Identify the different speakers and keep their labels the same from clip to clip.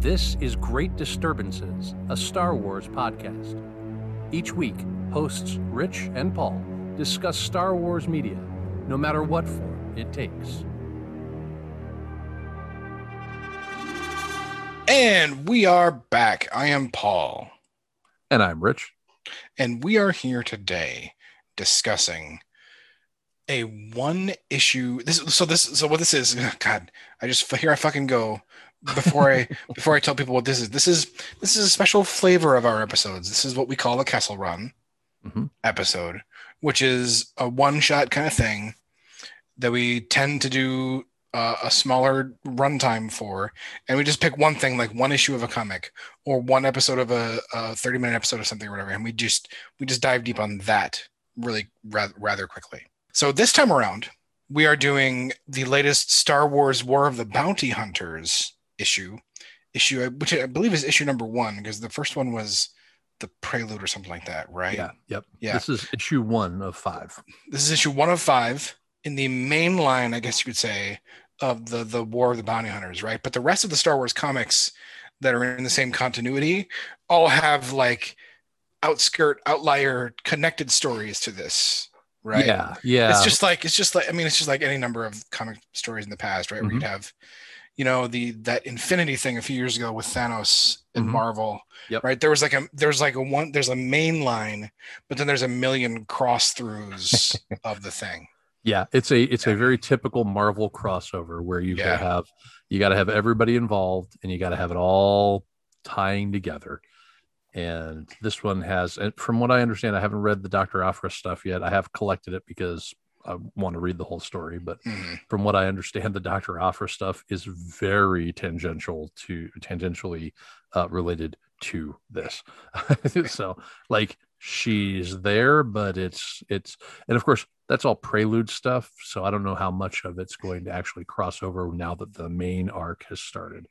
Speaker 1: This is Great Disturbances, a Star Wars podcast. Each week, hosts Rich and Paul discuss Star Wars media, no matter what form it takes.
Speaker 2: And we are back. I am Paul,
Speaker 1: And I'm Rich.
Speaker 2: and we are here today discussing a one issue. This so this so what this is. God, I just here I fucking go before I before I tell people what this is. This is this is a special flavor of our episodes. This is what we call a Kessel Run
Speaker 1: Mhm.
Speaker 2: episode, which is a one shot kind of thing that we tend to do uh, a smaller runtime for, and we just pick one thing, like one issue of a comic or one episode of a, a thirty minute episode of something or whatever, and we just we just dive deep on that really rather, rather quickly. So this time around, we are doing the latest Star Wars War of the Bounty Hunters issue, issue which I believe is issue number one because the first one was the prelude or something like that, right?
Speaker 1: Yeah. Yep.
Speaker 2: Yeah.
Speaker 1: This is issue one of five.
Speaker 2: This is issue one of five in the main line, I guess you could say, of the the War of the Bounty Hunters, right? But the rest of the Star Wars comics that are in the same continuity all have like outskirt, outlier, connected stories to this, right?
Speaker 1: Yeah. Yeah.
Speaker 2: It's just like it's just like I mean, it's just like any number of comic stories in the past, right? Where
Speaker 1: Mm-hmm.
Speaker 2: you'd have, you know, the that Infinity thing a few years ago with Thanos and
Speaker 1: Mhm.
Speaker 2: Marvel,
Speaker 1: Yep.
Speaker 2: right? There was like a there's like a one there's a main line, but then there's a million cross throughs of the thing.
Speaker 1: Yeah, it's a it's a
Speaker 2: Yeah.
Speaker 1: very typical Marvel crossover where you
Speaker 2: Yeah.
Speaker 1: gotta have you gotta have everybody involved and you gotta have it all tying together. And this one has, and from what I understand, I haven't read the Doctor Afra stuff yet. I have collected it because I want to read the whole story. But
Speaker 2: Mhm.
Speaker 1: from what I understand, the Doctor Afra stuff is very tangential to tangentially uh, related to this. so, like, she's there, but it's it's, and of course, that's all prelude stuff. So I don't know how much of it's going to actually cross over now that the main arc has started.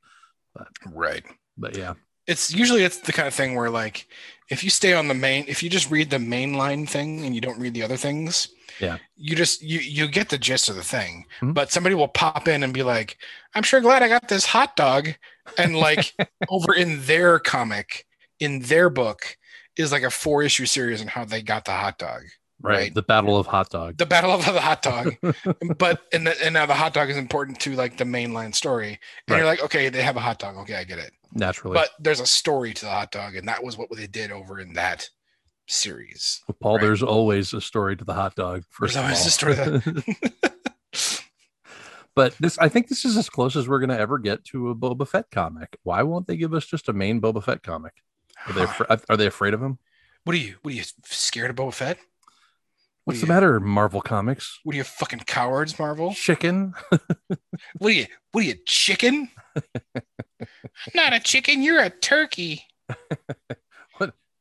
Speaker 2: Right.
Speaker 1: But yeah,
Speaker 2: It's usually it's the kind of thing where like if you stay on the main if you just read the main line thing and you don't read the other things,
Speaker 1: Yeah.
Speaker 2: You just you you get the gist of the thing.
Speaker 1: Mhm.
Speaker 2: But somebody will pop in and be like, I'm sure glad I got this hot dog. And like over in their comic, in their book, is like a four issue series on how they got the hot dog.
Speaker 1: right,
Speaker 2: Right.
Speaker 1: the Battle of Hot Dog.
Speaker 2: The battle of the hot dog. but and the, and now the hot dog is important to like the mainline story. And you're like, okay, they have a hot dog. Okay, I get it
Speaker 1: Naturally,
Speaker 2: but there's a story to the hot dog, and that was what they did over in that series.
Speaker 1: Paul,
Speaker 2: right.
Speaker 1: there's always a story to the hot dog. First
Speaker 2: There's
Speaker 1: of
Speaker 2: always
Speaker 1: all.
Speaker 2: a story to
Speaker 1: But this, I think this is as close as we're going to ever get to a Boba Fett comic. Why won't they give us just a main Boba Fett comic? Are they
Speaker 2: Huh.
Speaker 1: afra- are they afraid of him?
Speaker 2: What are you? What are you scared of Boba Fett?
Speaker 1: What's
Speaker 2: Yeah.
Speaker 1: the matter, Marvel Comics?
Speaker 2: What are you fucking cowards, Marvel?
Speaker 1: Chicken?
Speaker 2: What are you? What are you chicken? I'm not a chicken. You're a turkey.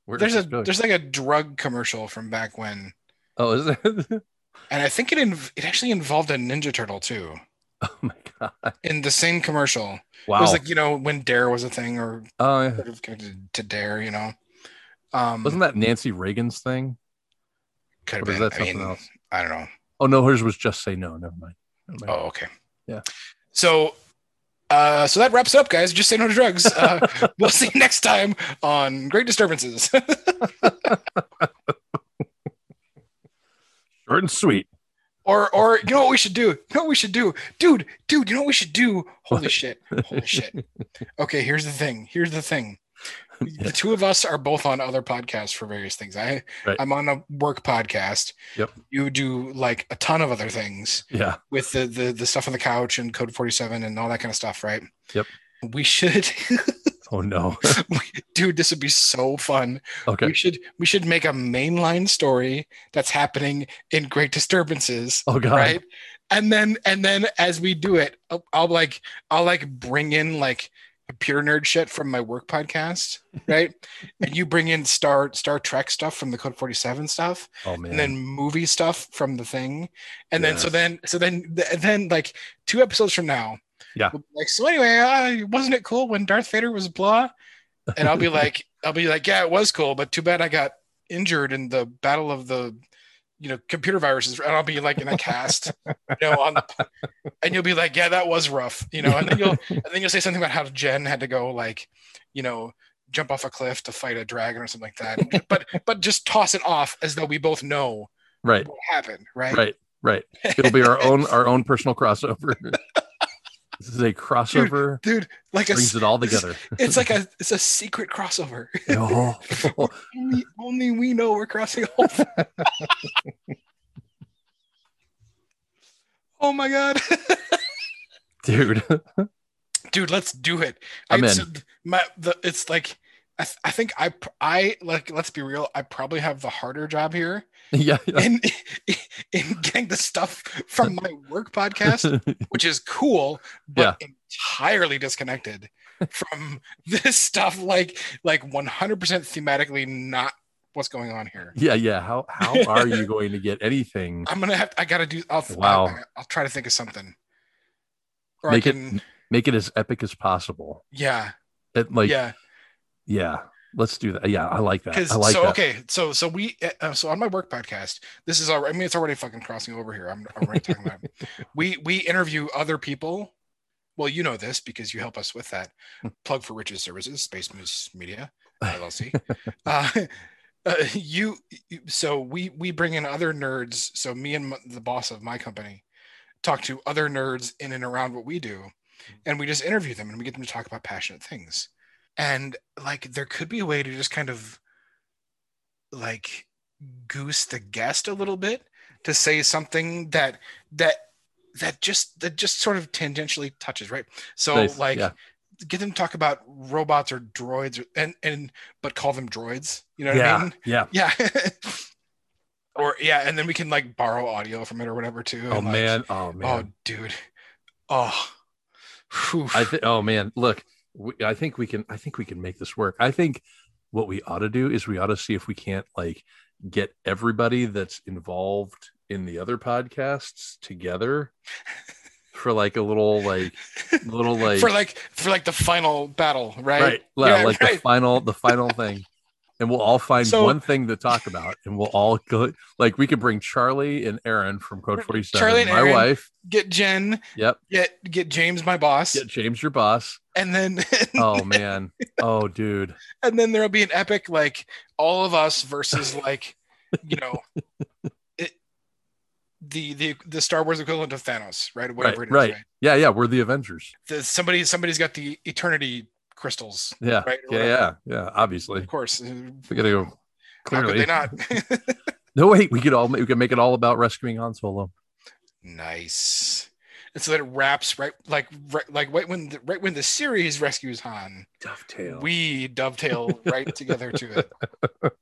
Speaker 1: Where
Speaker 2: There's
Speaker 1: is
Speaker 2: a
Speaker 1: this going?
Speaker 2: there's like a drug commercial from back when,
Speaker 1: oh, is it?
Speaker 2: and I think it inv- it actually involved a Ninja Turtle too
Speaker 1: oh my god!
Speaker 2: in the same commercial. It
Speaker 1: Wow.
Speaker 2: was like you know when Dare was a thing or
Speaker 1: oh, yeah.
Speaker 2: sort of connected to Dare, you know. Um,
Speaker 1: wasn't that Nancy Reagan's thing?
Speaker 2: could
Speaker 1: Or
Speaker 2: have
Speaker 1: was
Speaker 2: been.
Speaker 1: that
Speaker 2: I
Speaker 1: something
Speaker 2: mean,
Speaker 1: else?
Speaker 2: I don't know.
Speaker 1: Oh no, hers was just say no. Never mind. Never mind.
Speaker 2: Oh, okay.
Speaker 1: Yeah.
Speaker 2: So, uh, so that wraps it up, guys. Just say no to drugs. Uh, we'll see you next time on Great Disturbances. Oh.
Speaker 1: Short and sweet.
Speaker 2: or, or you know what we should do? You know what we should do, dude, dude. You know what we should do? Holy
Speaker 1: What?
Speaker 2: shit! Holy shit! Okay, here's the thing. Here's the thing. The two of us are both on other podcasts for various things. I,
Speaker 1: Right.
Speaker 2: I'm on a work podcast.
Speaker 1: Yep.
Speaker 2: You do like a ton of other things.
Speaker 1: Yeah.
Speaker 2: with the, the the stuff on the couch and code 47 and all that kind of stuff right
Speaker 1: Yep.
Speaker 2: we should
Speaker 1: Oh no.
Speaker 2: dude this would be so fun
Speaker 1: Okay.
Speaker 2: we should we should make a mainline story that's happening in great disturbances
Speaker 1: Oh god.
Speaker 2: right and then and then as we do it I'll, I'll like i'll like bring in like computer nerd shit from my work podcast right and you bring in star star trek stuff from the code 47 stuff
Speaker 1: Oh man.
Speaker 2: and then movie stuff from the thing and then so
Speaker 1: Yes.
Speaker 2: then so then th- then like two episodes from now
Speaker 1: Yeah.
Speaker 2: we'll be like so anyway uh, wasn't it cool when darth vader was blah and i'll be like i'll be like yeah it was cool but too bad i got injured in the battle of the you know, computer viruses, and I'll be like in a cast, you know, on the, and you'll be like, yeah, that was rough, you know, and then you'll and then you'll say something about how Jen had to go like, you know, jump off a cliff to fight a dragon or something like that, but but just toss it off as though we both know
Speaker 1: Right.
Speaker 2: what happened, right?
Speaker 1: Right. Right. It'll be our own our own personal crossover. this is a crossover
Speaker 2: Dude, like a,
Speaker 1: brings
Speaker 2: s-
Speaker 1: it all together.
Speaker 2: it's like a it's a secret crossover.
Speaker 1: Oh,
Speaker 2: only, only we know we're crossing over. oh my god,
Speaker 1: dude.
Speaker 2: dude, let's do it.
Speaker 1: I'm
Speaker 2: I-
Speaker 1: in.
Speaker 2: so my the, it's like I, th- I think I pr- I like let's be real. I probably have the harder job here
Speaker 1: yeah.
Speaker 2: in in getting the stuff from my work podcast, which is cool, but entirely disconnected from this stuff. Like like 100% thematically not what's going on here.
Speaker 1: Yeah, yeah. How how are you going to get anything?
Speaker 2: I'm gonna have. I gotta do. I'll,
Speaker 1: Wow.
Speaker 2: I'll, I'll try to think of something. Or
Speaker 1: Make
Speaker 2: I
Speaker 1: it-
Speaker 2: can.
Speaker 1: Make it as epic as possible.
Speaker 2: yeah.
Speaker 1: It, like yeah.
Speaker 2: yeah.
Speaker 1: let's do that. Yeah, I like that.
Speaker 2: Because
Speaker 1: I like
Speaker 2: so
Speaker 1: that.
Speaker 2: okay. So so we. Uh, so on my work podcast, this is. alre- I mean, it's already fucking crossing over here. I'm already talking about. it. We we interview other people. Well, you know this because you help us with that. Plug for Rich's services, Space Moose Media LLC. uh, uh, you, you. So we we bring in other nerds. So me and m- the boss of my company talk to other nerds in and around what we do,
Speaker 1: Mm-hmm.
Speaker 2: and we just interview them and we get them to talk about passionate things. And like, there could be a way to just kind of like goose the guest a little bit to say something that that that just that just sort of tangentially touches right so
Speaker 1: Nice,
Speaker 2: like
Speaker 1: yeah.
Speaker 2: get them to talk about robots or droids or, and and but call them droids you know what i
Speaker 1: Yeah,
Speaker 2: mean
Speaker 1: yeah.
Speaker 2: yeah or yeah and then we can like borrow audio from it or whatever too
Speaker 1: Oh
Speaker 2: and, like,
Speaker 1: man. Oh man.
Speaker 2: Oh, dude. Oh. Whew.
Speaker 1: I think. Oh man. Look, we, I think we can. I think we can make this work. I think what we ought to do is we ought to see if we can't like get everybody that's involved in the other podcasts together for like a little like little like
Speaker 2: for like for like the final battle, right?
Speaker 1: right well,
Speaker 2: Yeah,
Speaker 1: like the
Speaker 2: right.
Speaker 1: final the final thing and we'll all find
Speaker 2: So-
Speaker 1: one thing to talk about and we'll all go like we could bring charlie and aaron from code 47
Speaker 2: Charlie and
Speaker 1: my
Speaker 2: Aaron.
Speaker 1: wife
Speaker 2: Get Jen,
Speaker 1: yep
Speaker 2: get get James, my boss,
Speaker 1: get james your boss
Speaker 2: and then
Speaker 1: oh man oh dude
Speaker 2: and then there'll be an epic like all of us versus like you know it, the the the Star Wars equivalent of Thanos, right? Whatever it is,
Speaker 1: right. yeah yeah we're the avengers
Speaker 2: The, somebody somebody's got the eternity crystals,
Speaker 1: yeah
Speaker 2: Right, or
Speaker 1: yeah yeah yeah
Speaker 2: of
Speaker 1: obviously
Speaker 2: course.
Speaker 1: we gotta go
Speaker 2: How could they
Speaker 1: clearly
Speaker 2: not?
Speaker 1: no wait we could all we could make it all about rescuing han solo
Speaker 2: Nice. And so that it wraps right, like right, like right when the, right when the series rescues Han,
Speaker 1: dovetail
Speaker 2: we dovetail right together to it.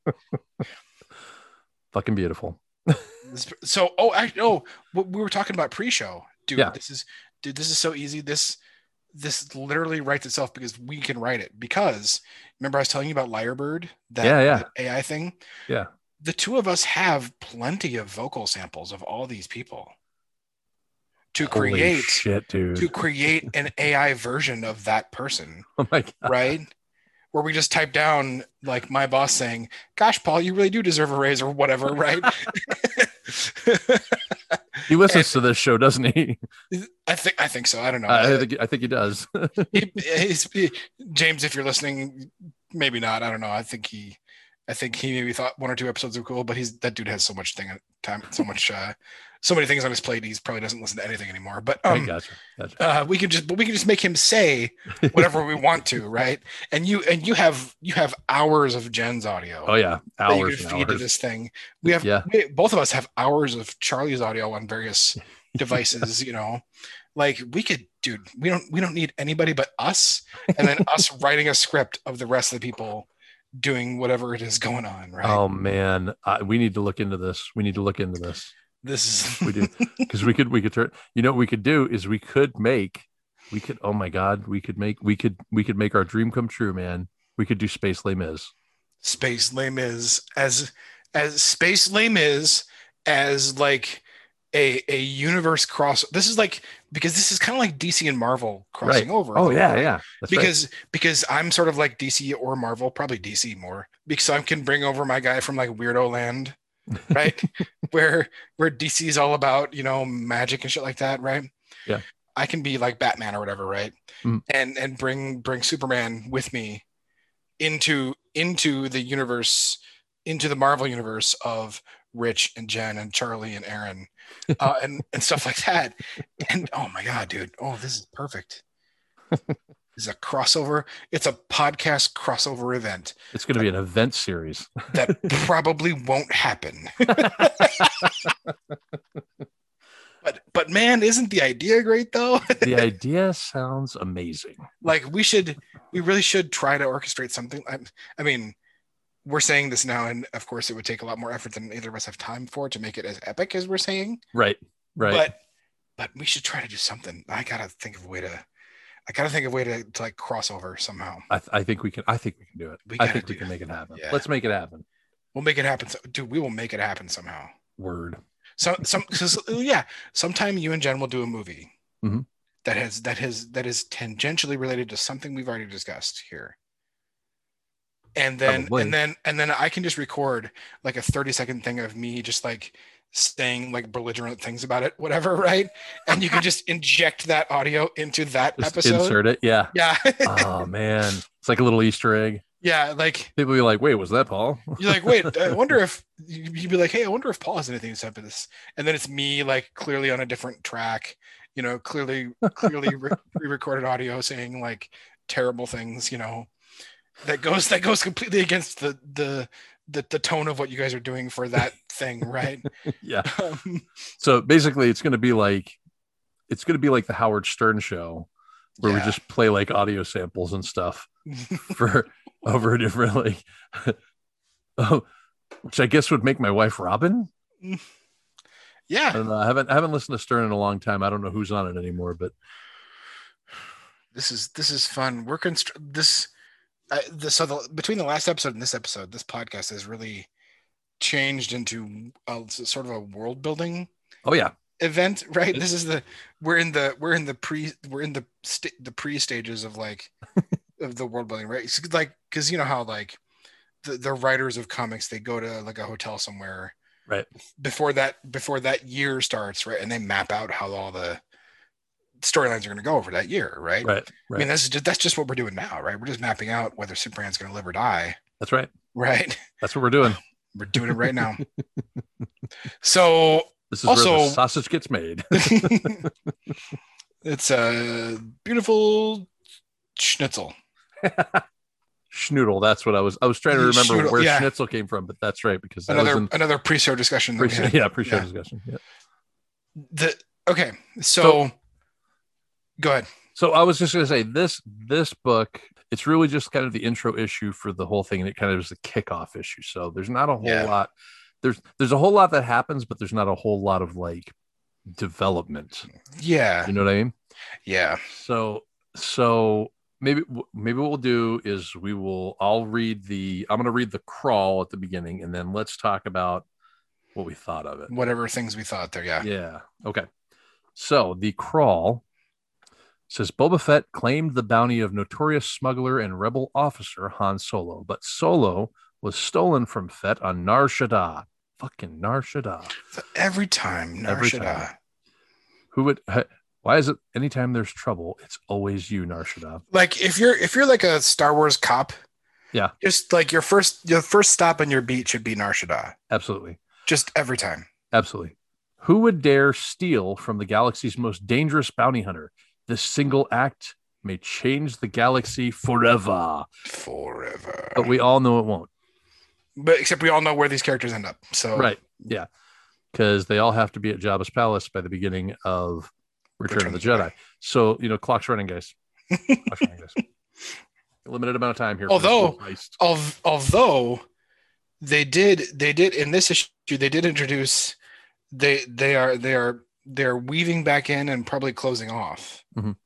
Speaker 1: fucking beautiful
Speaker 2: This- So, oh, I know what we were talking about pre-show, dude.
Speaker 1: Yeah.
Speaker 2: This is, dude, this is so easy. This, this literally writes itself because we can write it. Because remember, I was telling you about Lyrebird, that,
Speaker 1: Yeah, yeah.
Speaker 2: that AI thing.
Speaker 1: Yeah.
Speaker 2: The two of us have plenty of vocal samples of all these people to
Speaker 1: Holy
Speaker 2: create.
Speaker 1: shit dude
Speaker 2: to create an AI version of that person,
Speaker 1: oh my god
Speaker 2: right? Where we just type down like my boss saying, "Gosh, Paul, you really do deserve a raise" or whatever, right?
Speaker 1: he listens to this show doesn't he
Speaker 2: I think I think so. I don't know. Uh,
Speaker 1: I think, I think he does
Speaker 2: He- he's- he- James, if you're listening, maybe not. I don't know. I think he, I think he maybe thought one or two episodes were cool, but he's that dude has so much thing time, so much, uh, so many things on his plate. He's probably doesn't listen to anything anymore. But
Speaker 1: I
Speaker 2: um,
Speaker 1: gotcha. gotcha.
Speaker 2: uh, we can just but we can just make him say whatever we want to right and you and you have you have hours of jen's audio
Speaker 1: Oh yeah,
Speaker 2: that you
Speaker 1: hours
Speaker 2: can
Speaker 1: and
Speaker 2: feed to
Speaker 1: hours.
Speaker 2: this thing we have
Speaker 1: Yeah.
Speaker 2: we, both of us have hours of charlie's audio on various devices you know like we could dude we don't we don't need anybody but us and then us writing a script of the rest of the people doing whatever it is going on right
Speaker 1: Oh man, I, we need to look into this. We need to look into this.
Speaker 2: this
Speaker 1: We
Speaker 2: is
Speaker 1: do because we could we could turn. You know what we could do is we could make we could. Oh my god, we could make we could we could make our dream come true, man. We could do Space Les Mis.
Speaker 2: space lame is as as space lame is as like a a universe cross this is like because this is kind of like dc and marvel crossing over
Speaker 1: Oh yeah, yeah. That's right.
Speaker 2: because because i'm sort of like dc or marvel probably dc more because i can bring over my guy from like weirdo land right? where where DC is all about you know magic and shit like that, right?
Speaker 1: Yeah.
Speaker 2: I can be like Batman or whatever, right?
Speaker 1: Mm.
Speaker 2: And and bring bring Superman with me into into the universe, into the Marvel universe of Rich and Jen and Charlie and Aaron, uh, and and stuff like that. And oh my god, dude! Oh, this is perfect. This is a crossover. It's a podcast crossover event
Speaker 1: It's going to be an event series.
Speaker 2: that probably won't happen. but but man, isn't the idea great though?
Speaker 1: The idea sounds amazing.
Speaker 2: like we should we really should try to orchestrate something. I, I mean, we're saying this now, and of course it would take a lot more effort than either of us have time for to make it as epic as we're saying.
Speaker 1: Right. Right.
Speaker 2: But but we should try to do something. I gotta think of a way to I gotta think of a way to, to like crossover somehow.
Speaker 1: I, th- I think we can. I think we can do it.
Speaker 2: We
Speaker 1: I
Speaker 2: gotta
Speaker 1: think we
Speaker 2: do
Speaker 1: can
Speaker 2: it.
Speaker 1: make it happen.
Speaker 2: Yeah.
Speaker 1: Let's make it happen.
Speaker 2: We'll make it happen. So, dude, we will make it happen somehow.
Speaker 1: Word.
Speaker 2: some some 'cause, yeah sometime you and jen will do a movie
Speaker 1: Mhm.
Speaker 2: that has that has that is tangentially related to something we've already discussed here and then
Speaker 1: Probably.
Speaker 2: and then and then i can just record like a 30 second thing of me just like saying like belligerent things about it whatever right and you can just inject that audio into that
Speaker 1: Just
Speaker 2: episode
Speaker 1: insert it. Yeah.
Speaker 2: yeah
Speaker 1: oh man, it's like a little Easter egg.
Speaker 2: yeah like
Speaker 1: People be like, "Wait, was that Paul?"
Speaker 2: you're like wait i wonder if you'd be like hey i wonder if paul has anything to say about this and then it's me like clearly on a different track you know clearly clearly re- recorded audio saying like terrible things you know that goes that goes completely against the the the, the tone of what you guys are doing for that thing right
Speaker 1: yeah.
Speaker 2: um,
Speaker 1: So basically, it's going to be like, it's going to be like the Howard Stern show, where we
Speaker 2: Yeah.
Speaker 1: just play like audio samples and stuff for over and over. Like, oh, which I guess would make my wife Robin. I
Speaker 2: yeah
Speaker 1: don't know. I haven't I haven't listened to Stern in a long time. I don't know who's on it anymore, but
Speaker 2: this is this is fun we're constr- this I the, so the, between the last episode and this episode this podcast has really changed into a, sort of a world building
Speaker 1: oh yeah,
Speaker 2: event right
Speaker 1: It-
Speaker 2: this is the we're in the we're in the pre we're in the st- the pre stages of like of the world building right it's like because you know how like the, the writers of comics they go to like a hotel somewhere
Speaker 1: Right.
Speaker 2: before that before that year starts right and they map out how all the storylines are going to go over that year right?
Speaker 1: right,
Speaker 2: i mean
Speaker 1: right.
Speaker 2: that's just, that's just what we're doing now right we're just mapping out whether superman's going to live or die
Speaker 1: That's right.
Speaker 2: right
Speaker 1: That's what we're doing.
Speaker 2: we're doing it right now so
Speaker 1: This is where the
Speaker 2: Also-
Speaker 1: sausage gets made.
Speaker 2: it's a beautiful schnitzel.
Speaker 1: Schnoodle. That's what I was. I was trying to remember
Speaker 2: Schnoodle,
Speaker 1: where
Speaker 2: yeah.
Speaker 1: Schnitzel came from, but that's right because that
Speaker 2: another
Speaker 1: was in
Speaker 2: another pre-show discussion. That we
Speaker 1: pre-show,
Speaker 2: had.
Speaker 1: yeah pre-show
Speaker 2: Yeah.
Speaker 1: discussion. Yeah.
Speaker 2: The, okay, so, go ahead.
Speaker 1: So I was just going to say this this book. It's really just kind of the intro issue for the whole thing, and it kind of is the kickoff issue. So there's not a whole
Speaker 2: Yeah.
Speaker 1: lot. There's there's a whole lot that happens, but there's not a whole lot of like development.
Speaker 2: Yeah,
Speaker 1: You know what I mean?
Speaker 2: yeah,
Speaker 1: So so maybe maybe what we'll do is we will I'll read the I'm going to read the crawl at the beginning, and then let's talk about what we thought of it.
Speaker 2: whatever things we thought there. Yeah,
Speaker 1: Yeah. Okay. So the crawl says Boba Fett claimed the bounty of notorious smuggler and rebel officer Han Solo, but Solo was stolen from Fett on Nar Shaddaa. Fucking Nar Shaddaa.
Speaker 2: So every time, Nar
Speaker 1: Every
Speaker 2: Shaddaa.
Speaker 1: time. Who would? huh, Why is it anytime there's trouble, it's always you, Nar Shaddaa?
Speaker 2: like if you're if you're like a Star Wars cop,
Speaker 1: Yeah.
Speaker 2: just like your first your first stop on your beat should be Nar Shaddaa.
Speaker 1: Absolutely,
Speaker 2: Just every time.
Speaker 1: absolutely. Who would dare steal from the galaxy's most dangerous bounty hunter? This single act may change the galaxy forever,
Speaker 2: Forever.
Speaker 1: but we all know it won't.
Speaker 2: but except we all know where these characters end up. So
Speaker 1: Right. Yeah. Because they all have to be at Jabba's palace by the beginning of Return, of the Jedi. So, you know, clock's running, guys. Clock's running, guys. Limited amount of time here. for this
Speaker 2: Although-
Speaker 1: little heist.
Speaker 2: al- although they did they did in this issue they did introduce they they are they are they're weaving back in and probably closing off
Speaker 1: Mhm.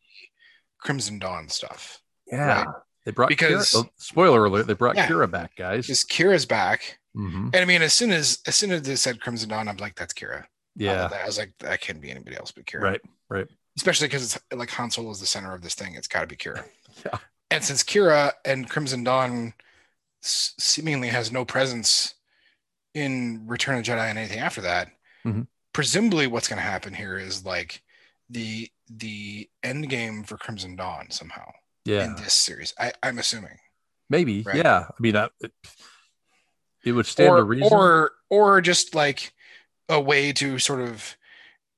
Speaker 2: crimson dawn stuff
Speaker 1: yeah. They brought
Speaker 2: Because-
Speaker 1: Kira, oh, spoiler alert, they brought
Speaker 2: Yeah.
Speaker 1: Kira back, guys.
Speaker 2: because kira's back
Speaker 1: Mhm.
Speaker 2: and i mean as soon as as soon as they said crimson dawn i'm like that's kira
Speaker 1: Yeah.
Speaker 2: i was like that can't be anybody else but kira
Speaker 1: Right. Right.
Speaker 2: especially because it's like han solo is the center of this thing it's got to be kira
Speaker 1: Yeah.
Speaker 2: and since kira and crimson dawn s- seemingly has no presence in Return of the Jedi and anything after that.
Speaker 1: Mhm.
Speaker 2: Presumably, what's going to happen here is like the the end game for Crimson Dawn somehow in
Speaker 1: Yeah,
Speaker 2: this series. I, I'm assuming,
Speaker 1: maybe.
Speaker 2: Right.
Speaker 1: Yeah, I mean, I, it, it would stand
Speaker 2: or,
Speaker 1: to reason.
Speaker 2: or or just like a way to sort of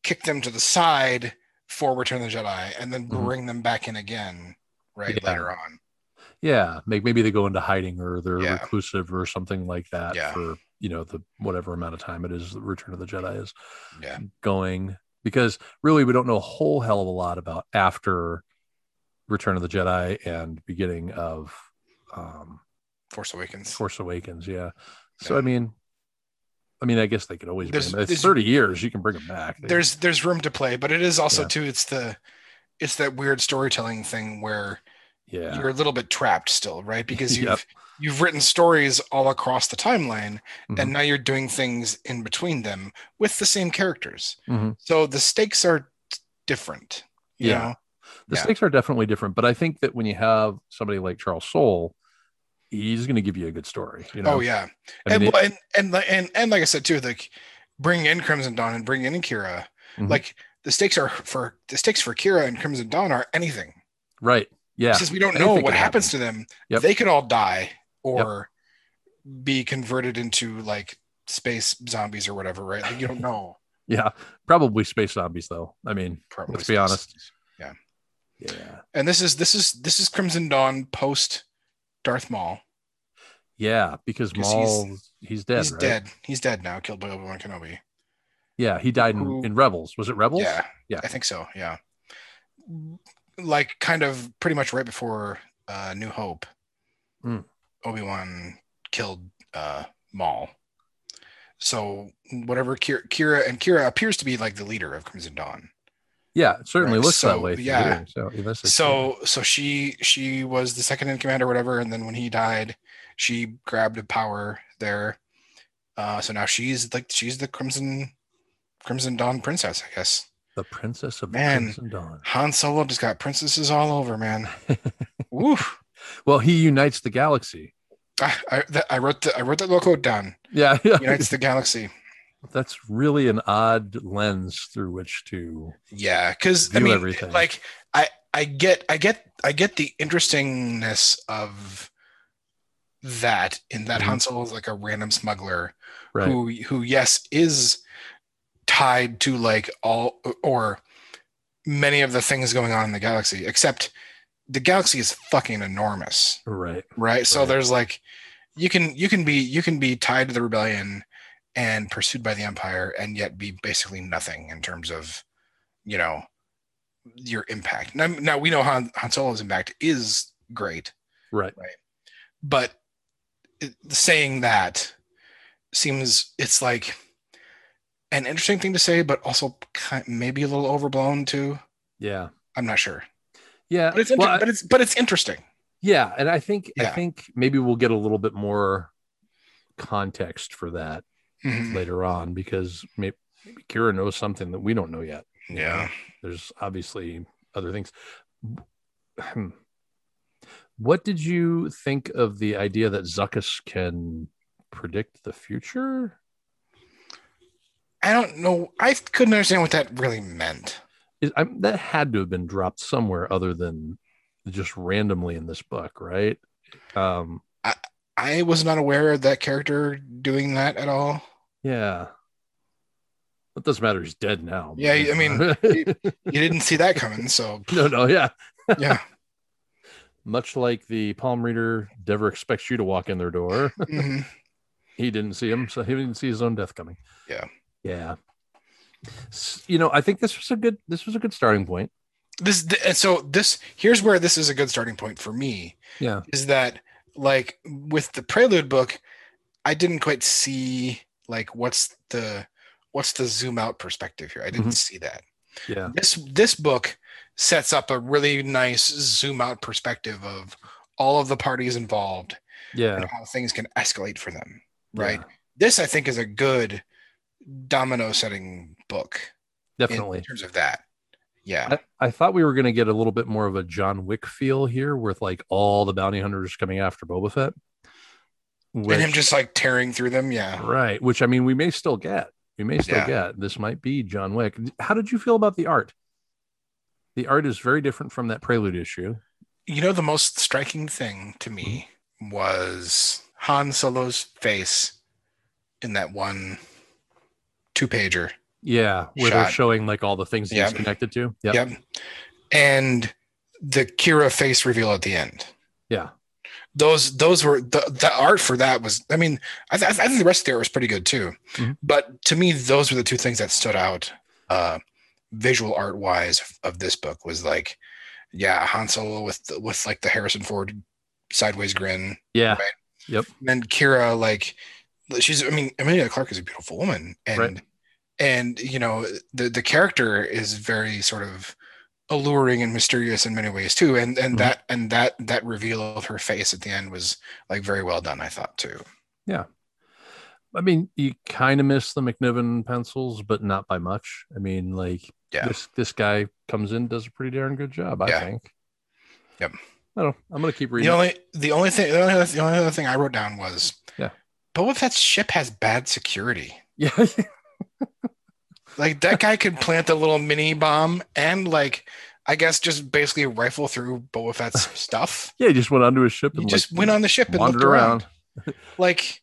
Speaker 2: kick them to the side for Return of the Jedi and then
Speaker 1: Mhm.
Speaker 2: bring them back in again right
Speaker 1: Yeah.
Speaker 2: later on.
Speaker 1: yeah, like maybe they go into hiding or they're
Speaker 2: Yeah.
Speaker 1: reclusive or something like that
Speaker 2: Yeah.
Speaker 1: for you know the whatever amount of time it is that Return of the Jedi is
Speaker 2: Yeah.
Speaker 1: Mm. going because really we don't know a whole hell of a lot about after Return of the Jedi and beginning of um,
Speaker 2: Force Awakens.
Speaker 1: Force Awakens. Yeah, so
Speaker 2: Yeah.
Speaker 1: I mean, I mean, I guess they could always bring
Speaker 2: There's-
Speaker 1: them. It's
Speaker 2: there's-
Speaker 1: thirty years. You can bring them back. They-
Speaker 2: there's there's room to play, but it is also
Speaker 1: Yeah.
Speaker 2: too it's the it's that weird storytelling thing where
Speaker 1: yeah.
Speaker 2: you're a little bit trapped still, right? Because
Speaker 1: Yep.
Speaker 2: you've you've written stories all across the timeline
Speaker 1: Mhm.
Speaker 2: and now you're doing things in between them with the same characters.
Speaker 1: Mhm.
Speaker 2: So the stakes are t- different. You
Speaker 1: Yeah.
Speaker 2: know?
Speaker 1: the
Speaker 2: Yeah.
Speaker 1: stakes are definitely different but i think that when you have somebody like charles soule he's going to give you a good story you know
Speaker 2: Oh
Speaker 1: I
Speaker 2: yeah.
Speaker 1: mean,
Speaker 2: and,
Speaker 1: it-
Speaker 2: well, and, and li- and and like I said too, like bring in Crimson Dawn and bring in Kira.
Speaker 1: Mhm.
Speaker 2: Like the stakes are for the stakes for Kira and Crimson Dawn are anything.
Speaker 1: right yeah
Speaker 2: since we don't
Speaker 1: anything
Speaker 2: know
Speaker 1: could
Speaker 2: what
Speaker 1: happen.
Speaker 2: happens to them,
Speaker 1: Yep.
Speaker 2: they could all die or be converted into like space zombies or whatever, right? Like you don't know.
Speaker 1: yeah probably space zombies though i mean
Speaker 2: Probably.
Speaker 1: Let's be honest.
Speaker 2: Yeah.
Speaker 1: yeah
Speaker 2: And this is this is this is Crimson Dawn post Darth Maul.
Speaker 1: yeah because
Speaker 2: 'Cause he's-
Speaker 1: Maul, he's, dead
Speaker 2: He's
Speaker 1: right?
Speaker 2: dead. He's dead now, killed by Obi Wan Kenobi.
Speaker 1: yeah he died in,
Speaker 2: Who-
Speaker 1: in rebels was it rebels
Speaker 2: Yeah.
Speaker 1: Yeah.
Speaker 2: I think so. Yeah. Like kind of pretty much right before uh New Hope,
Speaker 1: Hmm.
Speaker 2: Obi Wan killed uh Maul. So whatever Kira, Kira and Kira appears to be like the leader of Crimson Dawn.
Speaker 1: yeah it certainly
Speaker 2: Right,
Speaker 1: looks
Speaker 2: so,
Speaker 1: that way through
Speaker 2: yeah.
Speaker 1: here, so yeah, that's-
Speaker 2: So so she she was the second in command or whatever, and then when he died, she grabbed a power there. Uh, so now she's like she's the Crimson Crimson Dawn princess, I guess.
Speaker 1: the princess of
Speaker 2: Man.
Speaker 1: the crimson dawn
Speaker 2: Han Solo just got princesses all over, man. Woo!
Speaker 1: well he unites the galaxy
Speaker 2: I, I, that, I wrote the I wrote that little quote down.
Speaker 1: yeah, yeah.
Speaker 2: Unites the galaxy.
Speaker 1: that's really an odd lens through which to
Speaker 2: Yeah, because I
Speaker 1: View
Speaker 2: mean,
Speaker 1: everything.
Speaker 2: like I I get I get I get the interestingness of that in that
Speaker 1: Mhm.
Speaker 2: Han Solo is like a random smuggler
Speaker 1: right
Speaker 2: who who yes is tied to like all or many of the things going on in the galaxy except the galaxy is fucking enormous
Speaker 1: right
Speaker 2: right so
Speaker 1: Right.
Speaker 2: there's like you can you can be you can be tied to the rebellion and pursued by the empire and yet be basically nothing in terms of you know your impact now, now we know han, han solo's impact is great
Speaker 1: right
Speaker 2: but it- saying that seems it's like an interesting thing to say but also kind, maybe a little overblown too
Speaker 1: yeah
Speaker 2: i'm not sure
Speaker 1: Yeah,
Speaker 2: but it's inter-
Speaker 1: well, I-
Speaker 2: but it's but it's interesting
Speaker 1: yeah, and I think I
Speaker 2: Yeah.
Speaker 1: think maybe we'll get a little bit more context for that
Speaker 2: Mhm.
Speaker 1: later on because maybe, maybe Kira knows something that we don't know yet. you know?
Speaker 2: yeah
Speaker 1: there's obviously other things. Hmm. What did you think of the idea that Zuckus can predict the future?
Speaker 2: i don't know i couldn't understand what that really meant
Speaker 1: Is, I, that had to have been dropped somewhere other than just randomly in this book, right? Um,
Speaker 2: I was not aware of that character doing that at all.
Speaker 1: Yeah. It doesn't matter. He's dead now.
Speaker 2: Yeah,
Speaker 1: but-
Speaker 2: I mean, You didn't see that coming, so
Speaker 1: no, no, yeah.
Speaker 2: yeah.
Speaker 1: Much like the palm reader never expects you to walk in their door.
Speaker 2: Mhm.
Speaker 1: he didn't see him, so he didn't see his own death coming.
Speaker 2: Yeah.
Speaker 1: Yeah. S- You know, I think this was a good this was a good starting point.
Speaker 2: This th- and so this here's where this is a good starting point for me
Speaker 1: Yeah.
Speaker 2: is that like with the prelude book, I didn't quite see like what's the what's the zoom out perspective here. I didn't
Speaker 1: Mhm.
Speaker 2: see that.
Speaker 1: Yeah.
Speaker 2: This this book sets up a really nice zoom out perspective of all of the parties involved
Speaker 1: Yeah.
Speaker 2: and how things can escalate for them. Right.
Speaker 1: yeah,
Speaker 2: this I think is a good domino setting book in
Speaker 1: definitely.
Speaker 2: terms of that. Yeah.
Speaker 1: I, I thought we were gonna get a little bit more of a John Wick feel here with like all the bounty hunters coming after Boba Fett. Which,
Speaker 2: and him just like tearing through them. Yeah.
Speaker 1: right, which I mean, we may still get. We may still
Speaker 2: Yeah.
Speaker 1: get. This might be John Wick. How did you feel about the art? The art is very different from that Prelude issue.
Speaker 2: You know, the most striking thing to me
Speaker 1: Mm-hmm.
Speaker 2: was Han Solo's face in that one two pager.
Speaker 1: Yeah, where they're
Speaker 2: Shot.
Speaker 1: showing like all the things that he's
Speaker 2: Yep.
Speaker 1: connected to.
Speaker 2: Yep.
Speaker 1: Yep.
Speaker 2: And the Kira face reveal at the end.
Speaker 1: Yeah.
Speaker 2: Those those were the, the art for that was I mean I, th- I think the rest of the art was pretty good too,
Speaker 1: Mhm.
Speaker 2: but to me those were the two things that stood out, uh, visual art wise of, of this book was like, yeah Han Solo with the, with like the Harrison Ford sideways grin
Speaker 1: Yeah.
Speaker 2: and then Kira, like she's I mean, Amelia Clark is a beautiful woman. And
Speaker 1: Right.
Speaker 2: and you know, the the character is very sort of alluring and mysterious in many ways too. And and
Speaker 1: Mhm.
Speaker 2: that and that that reveal of her face at the end was like very well done, I thought too.
Speaker 1: I mean, you kind of miss the McNiven pencils, but not by much. I mean, like
Speaker 2: Yeah.
Speaker 1: this this guy comes in, does a pretty darn good job, I
Speaker 2: Yeah.
Speaker 1: think.
Speaker 2: Yep.
Speaker 1: I don't. know. I'm gonna keep
Speaker 2: The
Speaker 1: reading.
Speaker 2: only the only thing the only, other- the only other thing I wrote down was
Speaker 1: Yeah.
Speaker 2: Boba Fett's ship has bad security.
Speaker 1: yeah.
Speaker 2: Like that guy could plant a little mini bomb and like I guess just basically rifle through Boba Fett's stuff.
Speaker 1: Yeah. He just went onto his ship
Speaker 2: He
Speaker 1: and
Speaker 2: just
Speaker 1: like,
Speaker 2: went on the ship and
Speaker 1: wandered
Speaker 2: looked around.
Speaker 1: around.
Speaker 2: like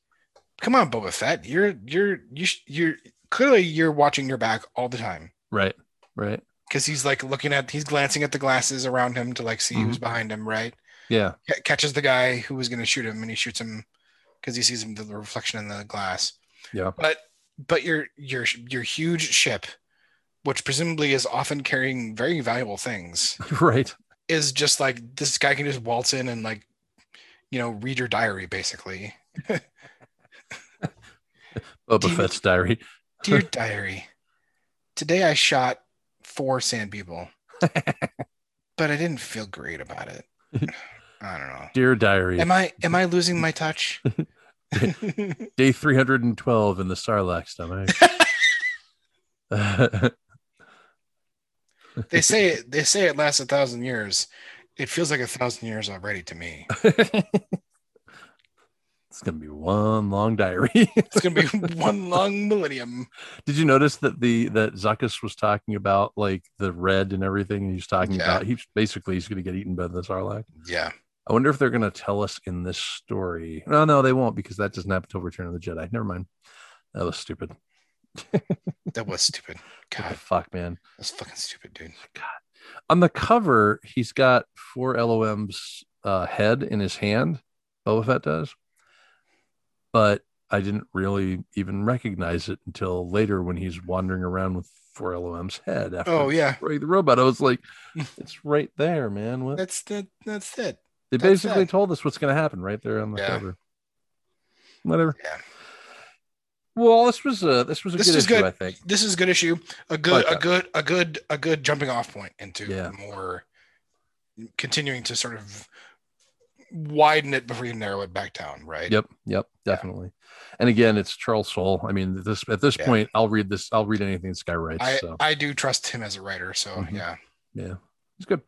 Speaker 2: come on boba fett you're you're you sh- you're clearly you're watching your back all the time
Speaker 1: Right. Right.
Speaker 2: because he's like looking at he's glancing at the glasses around him to like see
Speaker 1: Mm-hmm.
Speaker 2: who's behind him right
Speaker 1: Yeah.
Speaker 2: C- catches the guy who was going to shoot him and he shoots him because he sees him the reflection in the glass
Speaker 1: Yeah.
Speaker 2: but but your your your huge ship which presumably is often carrying very valuable things
Speaker 1: Right.
Speaker 2: is just like this guy can just waltz in and like you know read your diary basically Do
Speaker 1: Boba
Speaker 2: you-
Speaker 1: Fett's diary.
Speaker 2: Dear diary, today I shot four sand people, but I didn't feel great about it. I don't know.
Speaker 1: Dear diary.
Speaker 2: Am I am I losing my touch?
Speaker 1: Day 312 in the Sarlacc stomach.
Speaker 2: they say it, they say it lasts a thousand years. It feels like a thousand years already to me.
Speaker 1: it's gonna be one long diary.
Speaker 2: It's gonna be one long millennium.
Speaker 1: Did you notice that the that Zuckus was talking about like the red and everything and he's talking
Speaker 2: Yeah.
Speaker 1: about he's basically he's gonna get eaten by the Sarlacc.
Speaker 2: Yeah,
Speaker 1: I wonder if they're gonna tell us in this story. No, no, they won't because that doesn't happen till Return of the Jedi. Never mind. That was stupid.
Speaker 2: that was stupid.
Speaker 1: What the
Speaker 2: God,
Speaker 1: fuck, man.
Speaker 2: that's fucking stupid, dude.
Speaker 1: on the cover, he's got four LOM's uh, head in his hand. Boba Fett does, but I didn't really even recognize it until later when he's wandering around with four LOM's head after
Speaker 2: Oh yeah,
Speaker 1: destroying the robot. I was like, it's right there, man. What?
Speaker 2: that's that. That's it.
Speaker 1: They
Speaker 2: that's
Speaker 1: basically
Speaker 2: it.
Speaker 1: told us what's going to happen right there on the
Speaker 2: Yeah.
Speaker 1: cover. Whatever.
Speaker 2: Yeah.
Speaker 1: Well, this was a this was a
Speaker 2: This
Speaker 1: good
Speaker 2: was
Speaker 1: issue,
Speaker 2: good.
Speaker 1: I think.
Speaker 2: this is a good issue a good
Speaker 1: Like
Speaker 2: a good a good a good jumping off point into
Speaker 1: Yeah.
Speaker 2: more continuing to sort of widen it before you narrow it back down right
Speaker 1: Yep, yep,
Speaker 2: Yeah.
Speaker 1: definitely. And again, it's Charles Soule. I mean, this at this
Speaker 2: Yeah.
Speaker 1: point, I'll read this. I'll read anything this guy writes.
Speaker 2: i
Speaker 1: so
Speaker 2: i do trust him as a writer so
Speaker 1: Mhm.
Speaker 2: yeah
Speaker 1: yeah, it's good.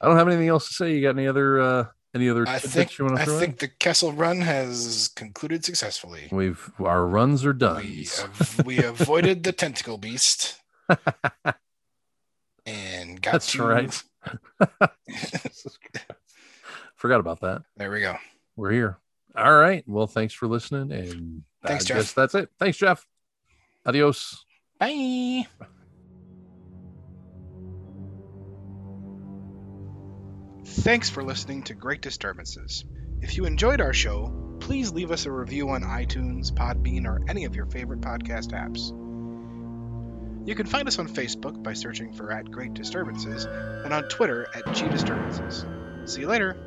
Speaker 1: I don't have anything else to say. You got any other uh any other
Speaker 2: i
Speaker 1: tidbits
Speaker 2: think
Speaker 1: you want to
Speaker 2: i
Speaker 1: throw
Speaker 2: think the kessel run has concluded successfully
Speaker 1: in? We've our runs are done.
Speaker 2: we, av- we avoided the tentacle beast and got
Speaker 1: That's
Speaker 2: to-
Speaker 1: right. Jesus Christ. Forgot about that.
Speaker 2: there we go
Speaker 1: We're here. All right. Well, thanks for listening, and
Speaker 2: Thanks,
Speaker 1: I
Speaker 2: Jeff.
Speaker 1: guess that's it. Thanks, Jeff. Adios.
Speaker 2: bye Thanks for listening to Great Disturbances. If you enjoyed our show, please leave us a review on iTunes, Podbean, or any of your favorite podcast apps. You can find us on Facebook by searching for at Great Disturbances and on Twitter at G Disturbances. See you later!